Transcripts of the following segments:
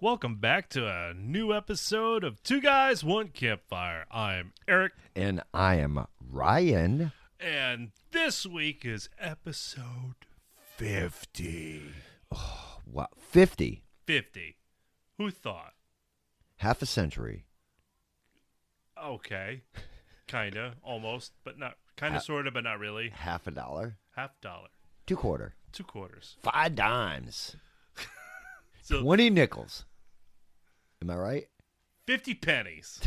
Welcome back to a new episode of Two Guys, One Campfire. I'm Eric, And I am Ryan. and this week is episode 50. Wow, 50, 50. Who thought? half a century. Okay. Kinda, almost, but not, kinda, Ha- sorta, but not really. Half a dollar. Half dollar, Two quarter. two quarters. Five dimes. So 20 nickels. Am I right? 50 pennies.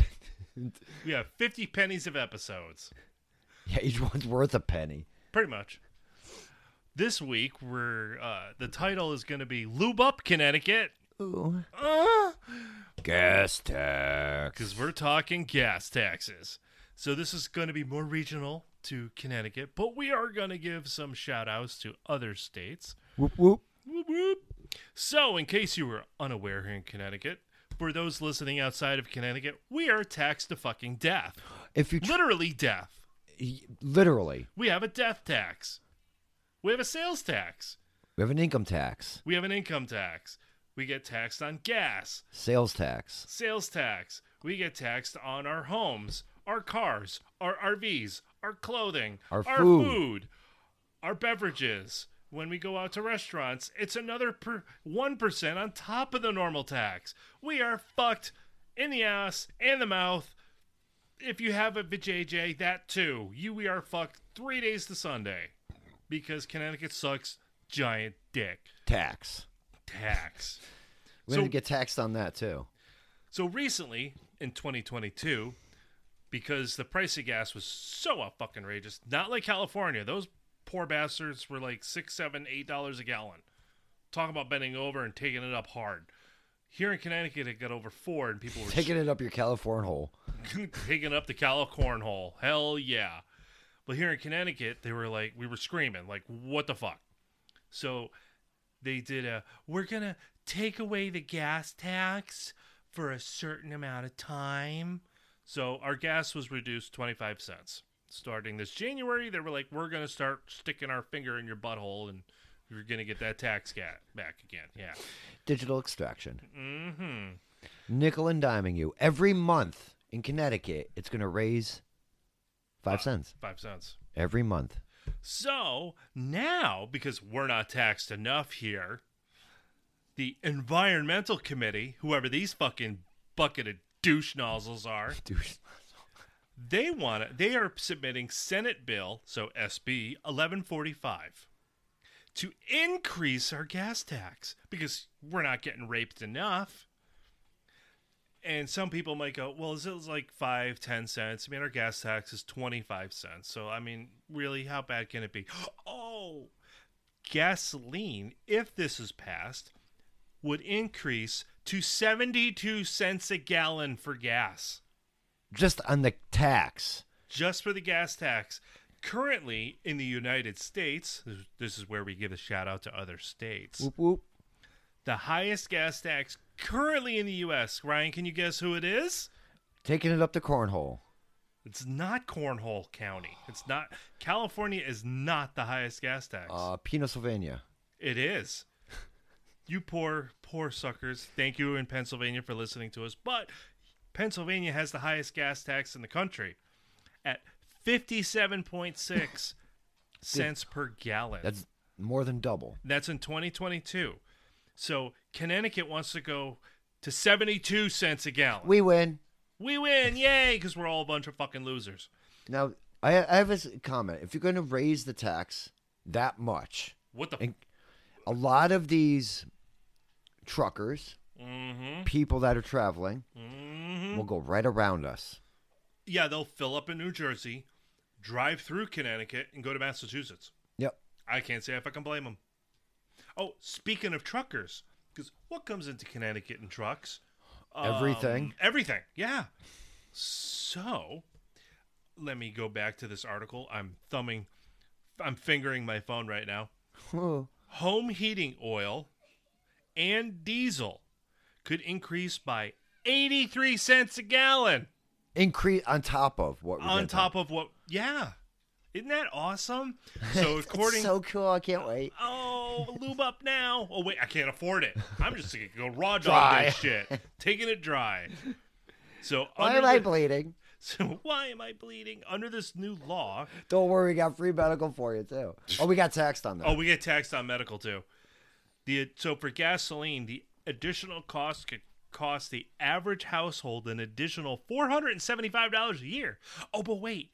we have 50 pennies of episodes. Yeah, each one's worth a penny. Pretty much. This week, we're, uh, the title is gonna be Lube Up Connecticut. Ooh. Uh, Gas tax. because we're talking gas taxes. So this is going to be more regional to Connecticut, but we are going to give some shout outs to other states. Whoop, whoop. Whoop, whoop. So, in case you were unaware here in Connecticut, for those listening outside of Connecticut, we are taxed to fucking death. If you tr- Literally death. literally, We have a death tax. We have a sales tax. we have an income tax, We have an income tax. We get taxed on gas. sales tax, sales tax. We get taxed on our homes, our cars, our RVs, our clothing, Our food. food. our beverages. When we go out to restaurants, it's another per- 1% on top of the normal tax. We are fucked in the ass and the mouth. If you have a vajayjay, that too. You we are fucked 3 days to Sunday because Connecticut sucks giant dick tax. tax. We're So- going to get taxed on that too. So recently, in 2022, because the price of gas was so up fucking outrageous, not like California. Those poor bastards were like six, seven, eight dollars a gallon. Talking about bending over and taking it up hard. Here in Connecticut, it got over four, and people were Taking it up your California hole. taking up the Cali cornhole. Hell yeah. But here in Connecticut, they were like, we were screaming, like, what the fuck? So they did a, we're going to take away the gas tax for a certain amount of time. So our gas was reduced 25 cents. Starting this January, they were like, we're going to start sticking our finger in your butthole and you're going to get that tax gat back again. Yeah. Digital extraction. hmm. nickel and diming you every month in Connecticut. It's going to raise five cents Five cents. every month. So now, because we're not taxed enough here, the environmental committee, whoever these fucking bucket of douche nozzles are, they want to. They are submitting Senate bill, so SB eleven forty five, to increase our gas tax because we're not getting raped enough. And some people might go, well, is it like five, ten cents? I mean, our gas tax is twenty five cents. So I mean, really, how bad can it be? Oh, gasoline, if this is passed, would increase to seventy two cents a gallon for gas Just on the tax. just for the gas tax. Currently in the United States, this is where we give a shout out to other states. Whoop, whoop. The highest gas tax currently in the U.S. Ryan, can you guess who it is? Taking it up the cornhole. It's not Cornhole County. It's not California is not the highest gas tax. Uh, Pennsylvania. it is. You poor poor suckers. Thank you in Pennsylvania for listening to us, but Pennsylvania has the highest gas tax in the country at 57.6 cents per gallon. That's more than double. That's in 2022. So Connecticut wants to go to 72 cents a gallon. We, We win. win, yay, because we're all a bunch of fucking losers. Now, I, I have a s- comment. If you're going to raise the tax that much, What the? and a lot of these truckers, mm-hmm. people that are traveling, Mm-hmm. will go right around us. Yeah, they'll fill up in New Jersey, drive through Connecticut, and go to Massachusetts. Yep. I can't say if I can blame them. Oh, speaking of truckers, because what comes into Connecticut in trucks? Um, Everything. Everything. Yeah. So, let me go back to this article. I'm thumbing, I'm fingering my phone right now. Home heating oil and diesel could increase by 83 cents a gallon Increase on top of what we're on gonna top of what. Yeah. Isn't that awesome? So, It's according so cool. I can't wait. Oh, go lube up now. Oh wait, I can't afford it. I'm just gonna go raw dog Dry. this shit, taking it dry. So Why under am I the- bleeding? so why am I bleeding? Under this new law, Don't worry, we got free medical for you too. Oh, we got taxed on that. oh, we get taxed on medical too. The so for gasoline, the additional cost could cost the average household an additional four hundred and seventy-five dollars a year. Oh, but wait,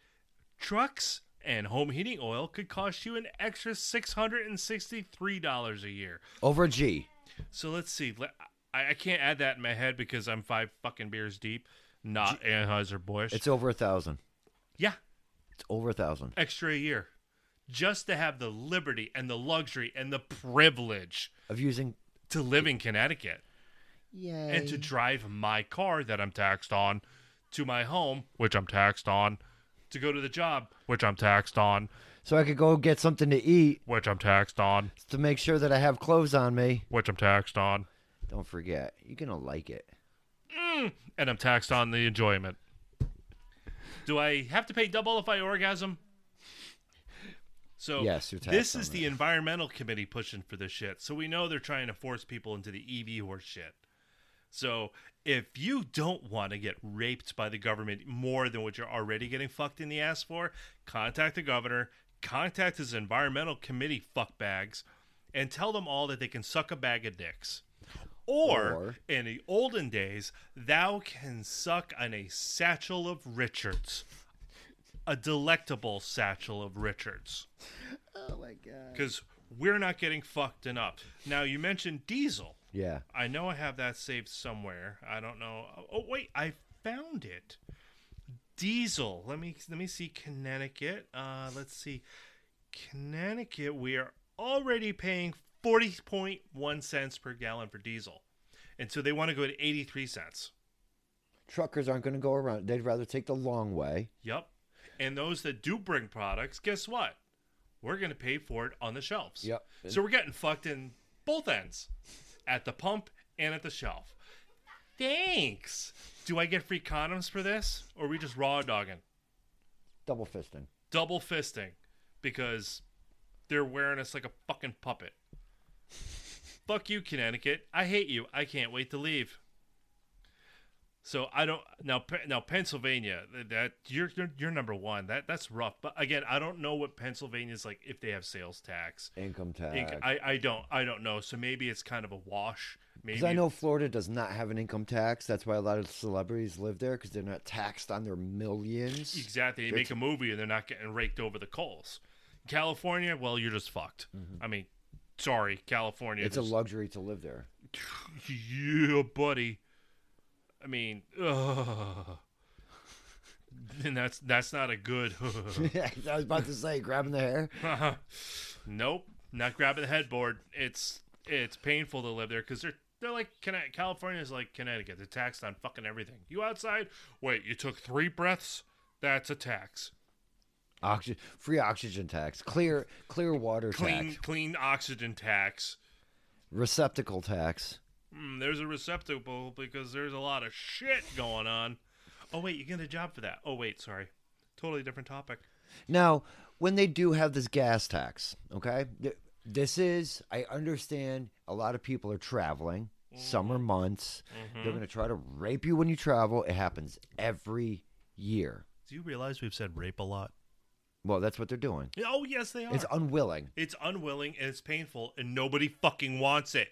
trucks and home heating oil could cost you an extra six hundred and sixty-three dollars a year. Over a G. So let's see. Le- I, I can't add that in my head because I'm five fucking beers deep. Not Anheuser Busch. It's over a thousand. Yeah, It's over a thousand. extra a year, just to have the liberty and the luxury and the privilege Of using to live in Connecticut Yay. and to drive my car that I'm taxed on to my home, which I'm taxed on, to go to the job, which I'm taxed on, so I could go get something to eat which I'm taxed on, to make sure that I have clothes on me. which I'm taxed on, Don't forget, you're gonna like it. and I'm taxed on the enjoyment. Do I have to pay double if I orgasm? So Yes, you're taxed this on is the environmental committee pushing for this shit. So we know they're trying to force people into the EV horse shit. So if you don't want to get raped by the government more than what you're already getting fucked in the ass for, contact the governor, contact his environmental committee fuckbags, and tell them all that they can suck a bag of dicks. Or, Or- in the olden days, thou can suck on a satchel of Richards. A delectable satchel of Richards. Oh my god. Because we're not getting fucked enough. Now, you mentioned diesel. Yeah. I know I have that saved somewhere. I don't know. Oh wait, I found it. Diesel. Let me let me see Connecticut. Uh, let's see. Connecticut, we are already paying 40.1 cents per gallon for diesel. And so they want to go to 83 cents. Truckers aren't gonna go around. They'd rather take the long way. Yep. And those that do bring products, guess what? We're going to pay for it on the shelves. Yep. So we're getting fucked in both ends at the pump and at the shelf. Thanks. Do I get free condoms for this? Or are we just raw dogging? Double fisting. Double fisting because they're wearing us like a fucking puppet. Fuck you, Connecticut. I hate you. I can't wait to leave. So I don't now. Pe- Now Pennsylvania, th- that you're, you're you're number one. That that's rough. But again, I don't know what Pennsylvania's like if they have sales tax. Income tax. Inc- I I don't I don't know. So maybe it's kind of a wash. Maybe Because I know Florida does not have an income tax. That's why a lot of celebrities live there because they're not taxed on their millions. exactly they They're make a movie and they're not getting raked over the coals. California, well, you're just fucked. I mean, sorry, California. Mm-hmm. It's a there's- luxury to live there. yeah, buddy. I mean, ugh. and that's that's not a good. I was about to say, grabbing the hair. nope, not grabbing the headboard. It's it's painful to live there because they're they're like Conne- California's like Connecticut. They're taxed on fucking everything. You outside? Wait, you took three breaths? That's a tax. Oxy- free oxygen tax, clear clear water Clean tax, clean oxygen tax. receptacle tax. Mm, there's a receptacle because there's a lot of shit going on. Oh wait, you get a job for that? Oh wait, sorry, totally different topic. Now, when they do have this gas tax, okay, th- this is, I understand a lot of people are traveling, summer Mm-hmm. months. They're going to try to rape you when you travel. It happens every year. Do you realize we've said rape a lot? Well, that's what they're doing. Oh, yes, they are. It's, It's unwilling. unwilling and it's painful, and nobody fucking wants it.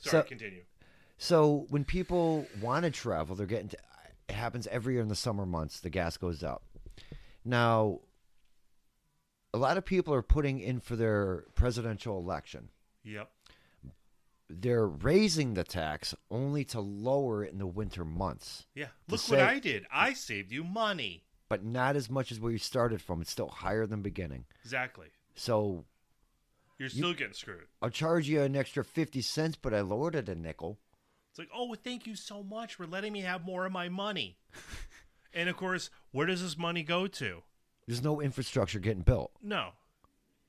Sorry, So- continue. So when people want to travel, they're getting. To, it happens every year in the summer months. The gas goes up. Now, a lot of people are putting in for their presidential election. Yep. They're raising the tax only to lower it in the winter months, Yeah. To Look say- what I did. I saved you money. but not as much as where you started from. It's still higher than beginning. Exactly. So You're still getting screwed. I'll charge you an extra fifty cents, but I lowered it a nickel. It's like, oh, thank you so much for letting me have more of my money. and of course, where does this money go to? There's no infrastructure getting built. No.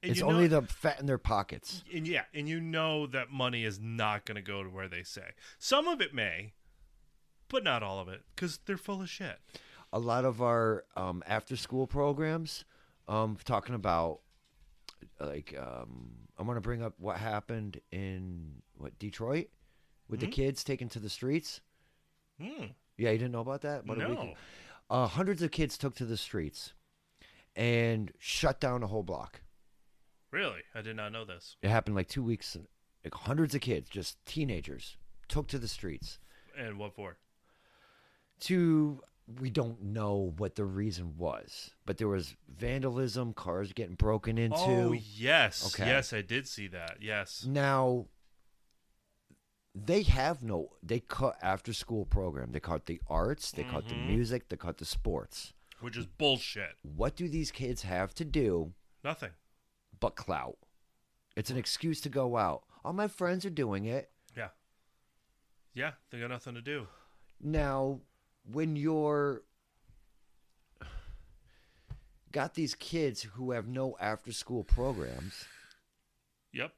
And It's you only know- the fat in their pockets. and yeah, and you know that money is not going to go to where they say. Some of it may, but not all of it, because they're full of shit. a lot of our um, after school programs um, talking about like um, I'm gonna bring up what happened in what Detroit with Mm-hmm. the kids taken to the streets. Hmm. Yeah, you didn't know about that? About a week No. ago. Uh, hundreds of kids took to the streets and shut down a whole block. Really? I did not know this. It happened like two weeks. Like hundreds of kids, just teenagers, took to the streets. And what for? to we don't know what the reason was, but there was vandalism, cars getting broken into. Oh yes, Okay. yes, I did see that. Yes. Now they have no they cut after school program. They cut the arts, they cut the music, they cut the sports. Which is bullshit. What do these kids have to do Nothing. but clout? It's an excuse to go out. All my friends are doing it. Yeah. Yeah, they got nothing to do. Now, when you're got these kids who have no after school programs, Yep.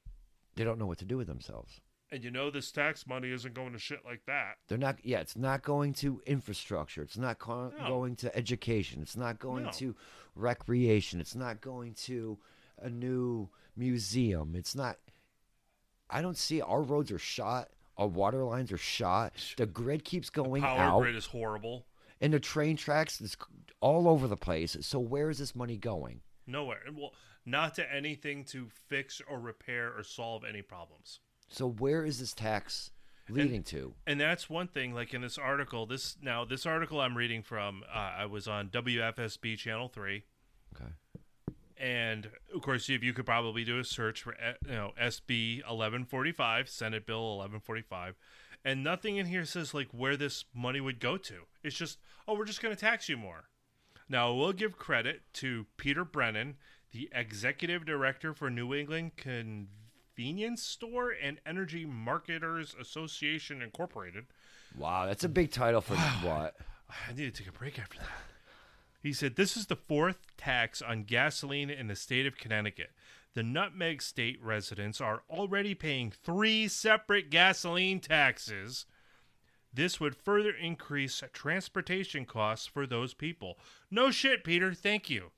they don't know what to do with themselves. And you know this tax money isn't going to shit like that. They're not yeah, it's not going to infrastructure. It's not co- No. going to education. It's not going No. to recreation. It's not going to a new museum. It's not I don't see our roads are shot, our water lines are shot. The grid keeps going Power out. grid is horrible. and the train tracks is all over the place. So where is this money going? Nowhere. And Well, not to anything to fix or repair or solve any problems. So where is this tax leading to? And that's one thing. Like in this article, this now this article I'm reading from, uh, I was on WFSB Channel Three, Okay. and of course, if you could probably do a search for eh, you know SB 1145, Senate Bill 1145, and nothing in here says like where this money would go to. It's just oh, we're just going to tax you more. Now, we'll give credit to Peter Brennan, the executive director for New England Convenience Store and Energy Marketers Association Incorporated. Wow, that's a big title for what? I need to take a break after that. He said, This is the fourth tax on gasoline in the state of Connecticut. The Nutmeg State residents are already paying three separate gasoline taxes. This would further increase transportation costs for those people. No shit, Peter. Thank you.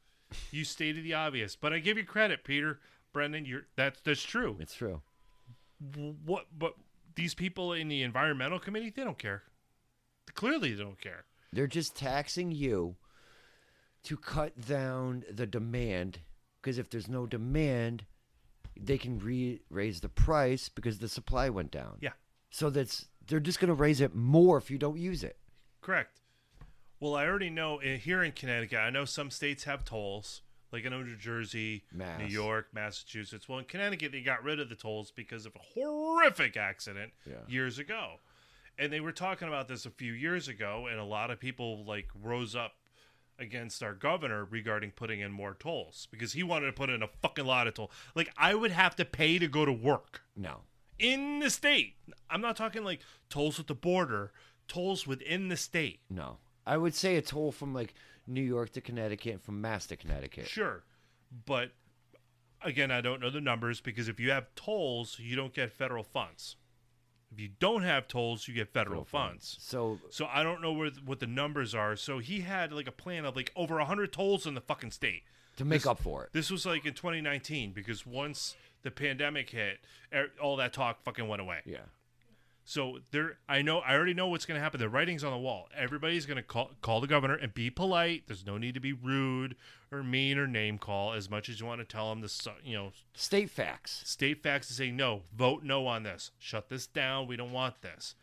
You stated the obvious, but I give you credit, Peter. Brendan, you're that's that's true. It's true. What but these people in the environmental committee, they don't care. Clearly they don't care. They're just taxing you to cut down the demand because if there's no demand, they can re- raise the price because the supply went down. Yeah. So that's they're just going to raise it more if you don't use it. Correct. Well, I already know eh, here in Connecticut, I know some states have tolls, like I know New Jersey, Mass. New York, Massachusetts. Well, in Connecticut, they got rid of the tolls because of a horrific accident Yeah. years ago. And they were talking about this a few years ago, and a lot of people like rose up against our governor regarding putting in more tolls because he wanted to put in a fucking lot of toll. Like I would have to pay to go to work No. in the state. I'm not talking like tolls at the border, tolls within the state. No. I would say a toll from like New York to Connecticut and from Mass to Connecticut. Sure. But again, I don't know the numbers because if you have tolls, you don't get federal funds. If you don't have tolls, you get federal, funds. So So I don't know where th- what the numbers are. So he had like a plan of like over 100 tolls in the fucking state. to make up for it. This was like in 2019 because once the pandemic hit, er, all that talk fucking went away. Yeah. So there, I know, I already know what's going to happen. The writing's on the wall. Everybody's going to call call the governor and be polite. There's no need to be rude or mean or name call as much as you want to tell them to, su- you know, State facts. state facts and say no, vote no on this, shut this down. We don't want this.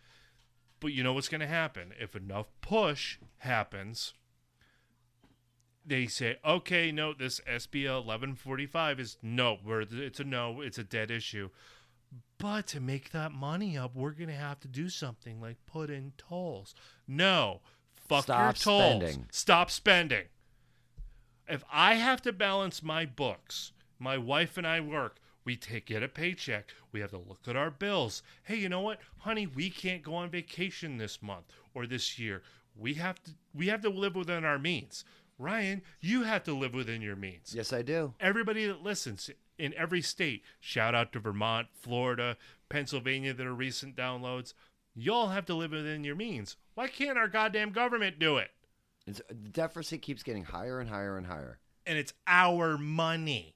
But you know what's going to happen if enough push happens. They say, okay, no, this SB 1145 is no, we're, it's a no, it's a dead issue. But to make that money up, we're going to have to do something like put in tolls. No, fuck your Stop tolls. spending. Stop spending. If I have to balance my books, my wife and I work, we take get a paycheck, we have to look at our bills. Hey, you know what, honey, we can't go on vacation this month or this year. We have to we have to live within our means. Ryan, you have to live within your means Yes, I do. everybody that listens in every state, shout out to Vermont, Florida, Pennsylvania that are recent downloads. Y'all have to live within your means. Why can't our goddamn government do it? It's, the deficit keeps getting higher and higher and higher. And it's our money.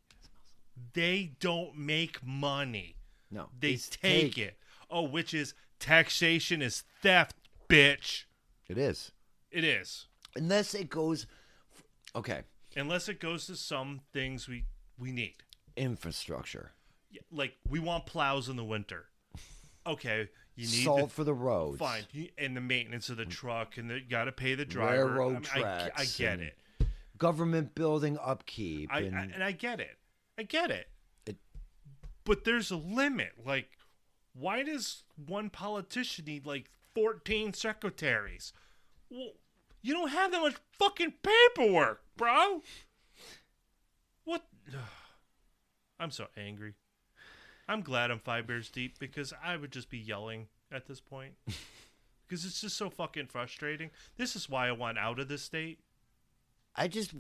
They don't make money. No. They it's take, take. it. Oh, which is taxation is theft, bitch. It is. It is. Unless it goes. Okay. Unless it goes to some things we we need. Infrastructure. Yeah, Like we want plows in the winter. Okay, you need the- Salt for the roads. fine you- and the maintenance of the truck and the, you got to pay the driver. Railroad I mean, I, I tracks get and- it. Government building upkeep. I, I and and I get it. I get it. It- But there's a limit. Like, why does one politician need like 14 secretaries? Well, you don't have that much fucking paperwork, bro. What? I'm so angry. I'm glad I'm five beers deep because I would just be yelling at this point. Because it's just so fucking frustrating. This is why I want out of this state. I just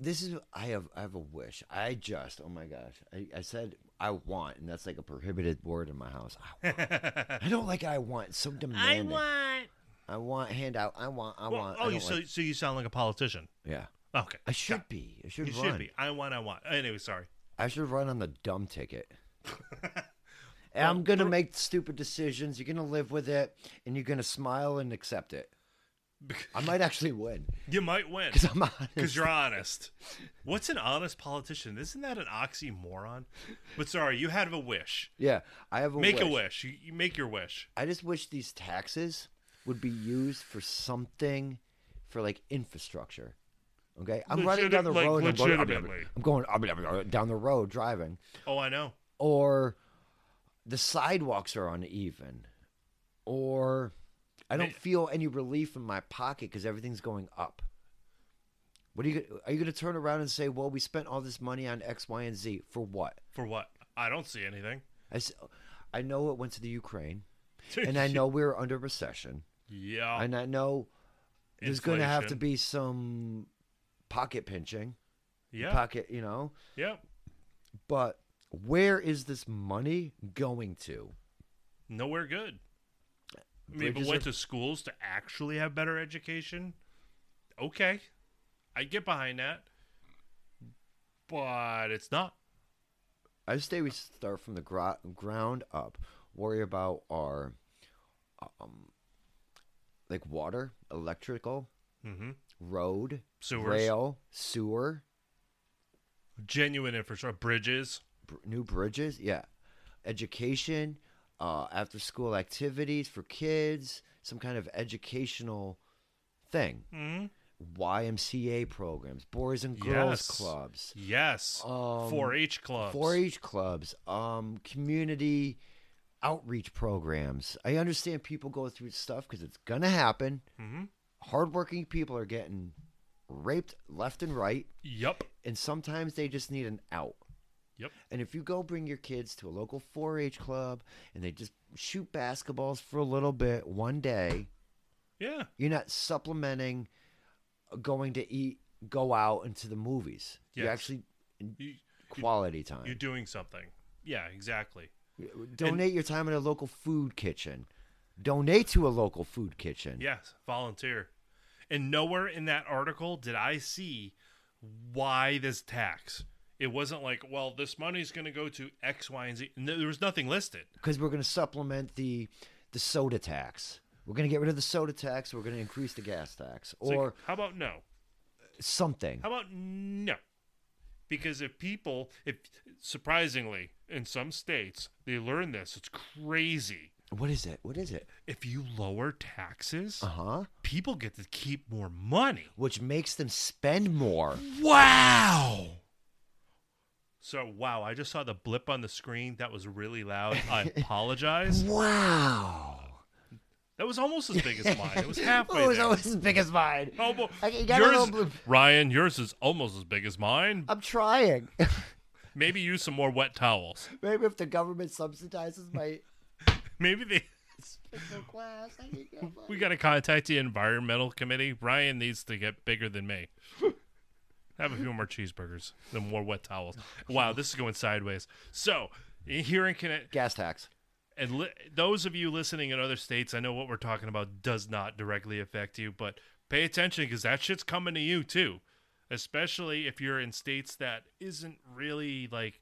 this is I have I have a wish. I just oh my gosh. I, I said I want and that's like a prohibited word in my house. I, want. I don't like I want. It's so demanding. I want, handout. I want I Well, want. I oh, you, don't so, like- so you sound like a politician. yeah. Okay. I should Got- be. I should You run. should be. I want, I want. Anyway, sorry. I should run on the dumb ticket. And I'm gonna make stupid decisions. You're gonna live with it, and you're gonna smile and accept it. I might actually win You might win because I'm honest. because you're honest. What's an honest politician? Isn't that an oxymoron? But sorry, you had a wish. yeah, I have a Make wish. a wish. You, you make your wish. I just wish these taxes would be used for something for like infrastructure. Okay, I'm running down the Legiti- like, road. and I'm going, legitimately. I'm going I'm going down the road driving, Oh, I know. or the sidewalks are uneven, or I don't feel any relief in my pocket because everything's going up. What are you? gonna- Are you going to turn around and say, "Well, we spent all this money on X, Y, and Z for what?" For what? I don't see anything. I, s- I know it went to the Ukraine, and I know we're under recession. yeah. and I know there's going to have Oh. to Inflation. be some pocket pinching, yeah. pocket, you know. yeah. But where is this money going to? Nowhere good. I mean, but Bridges went are- to schools to actually have better education. Okay, I get behind that, but it's not. I just say we start from the gro- ground up, worry about our, um, like water, electrical, Mm-hmm. Mhm. road, Sewers. rail, sewer, genuine infrastructure, bridges. br- new bridges, yeah, education, uh, after school activities for kids, some kind of educational thing. Mm-hmm. YMCA programs, boys and girls Yes. clubs, Yes, Um, 4-H clubs. 4-H clubs, um, community outreach programs. I understand people go through stuff because it's gonna happen. Mhm. Hardworking people are getting raped left and right, Yep, and sometimes they just need an out. yep. And if you go bring your kids to a local 4-H club and they just shoot basketballs for a little bit one day, Yeah, you're not supplementing uh, going to eat, go out, and to the movies. You're Yes. actually you, quality you're time. doing something. Yeah, exactly. Donate your time at a local food kitchen. Donate to a local food kitchen. Yes, volunteer. And nowhere in that article did I see why this tax. It wasn't like, well, this money's going to go to X, Y, and Z. No, there was nothing listed. Because we're going to supplement the the soda tax. We're going to get rid of the soda tax. We're going to increase the gas tax It's like, or how about no? something. How about no? Because if people, if surprisingly, in some states, they learn this, it's crazy. What is it? What is it? If you lower taxes, Uh huh. people get to keep more money. Which makes them spend more. Wow. So wow, I just saw the blip on the screen. That was really loud. I apologize. Wow. That was almost as big as mine. It was halfway it was there. always as big as mine. Oh, well, I- you got a yours, little blip. Ryan, yours is almost as big as mine. I'm trying. Maybe use some more wet towels. Maybe if the government subsidizes my Maybe they. special class, I can get We money. got to contact the environmental committee. Ryan needs to get bigger than me. Have a few more cheeseburgers, then more wet towels. Wow, this is going sideways. So here in Connecticut, gas tax. and li- those of you listening in other states, I know what we're talking about does not directly affect you, but pay attention because that shit's coming to you too, especially if you're in states that isn't really like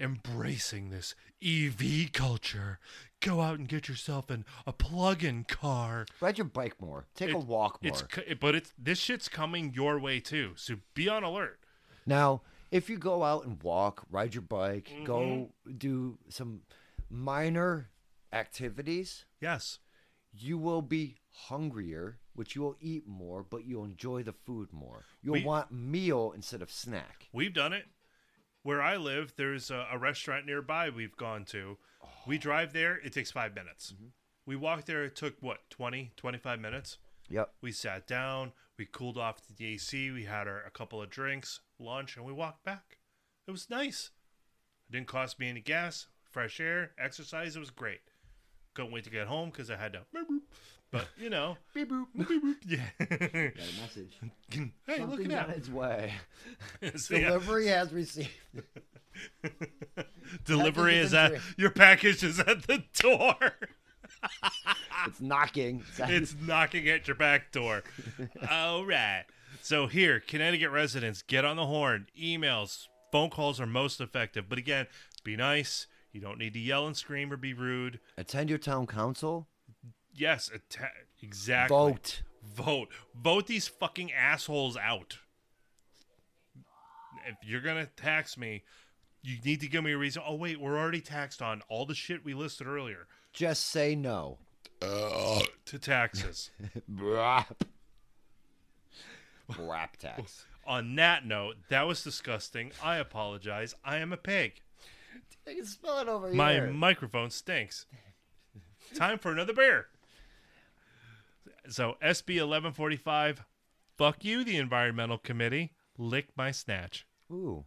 embracing this EV culture. Go out and get yourself an a plug-in car. Ride your bike more. Take a It- walk more. It's c- but it's this shit's coming your way too. So be on alert. Now, if you go out and walk, ride your bike, go Mm-hmm. do some minor activities, Yes. you will be hungrier, which you will eat more, but you'll enjoy the food more. You'll We- want meal instead of snack. We've done it. Where I live, there's a, a restaurant nearby we've gone to. We drive there, it takes 5 minutes. We walked there, it took what, 20, 25 minutes. Yep. We sat down, we cooled off the AC, we had our, a couple of drinks, lunch, and we walked back. It was nice. It didn't cost me any gas, fresh air, exercise. It was great. Couldn't wait to get home because I had to. But you know, Beep boop. yeah. Got a message. hey, look at Something's on that. its way. So, yeah, Delivery has received. Delivery is Package is at entering. your package is at the door. Ah. It's knocking. It's knocking at your back door. All right. So here, Connecticut residents, get on the horn. Emails, phone calls are most effective. But again, be nice. You don't need to yell and scream or be rude. Attend your town council. Yes, atta- exactly. Vote. Vote. Vote these fucking assholes out. If you're going to tax me, you need to give me a reason. Oh, wait, we're already taxed on all the shit we listed earlier Just say no. to taxes. Brap. Brap tax. on that note, that was disgusting. I apologize. I am a pig. I can spell it over My here. microphone stinks. Time for another beer. So SB eleven forty five, fuck you, the environmental committee. Lick my snatch. Ooh.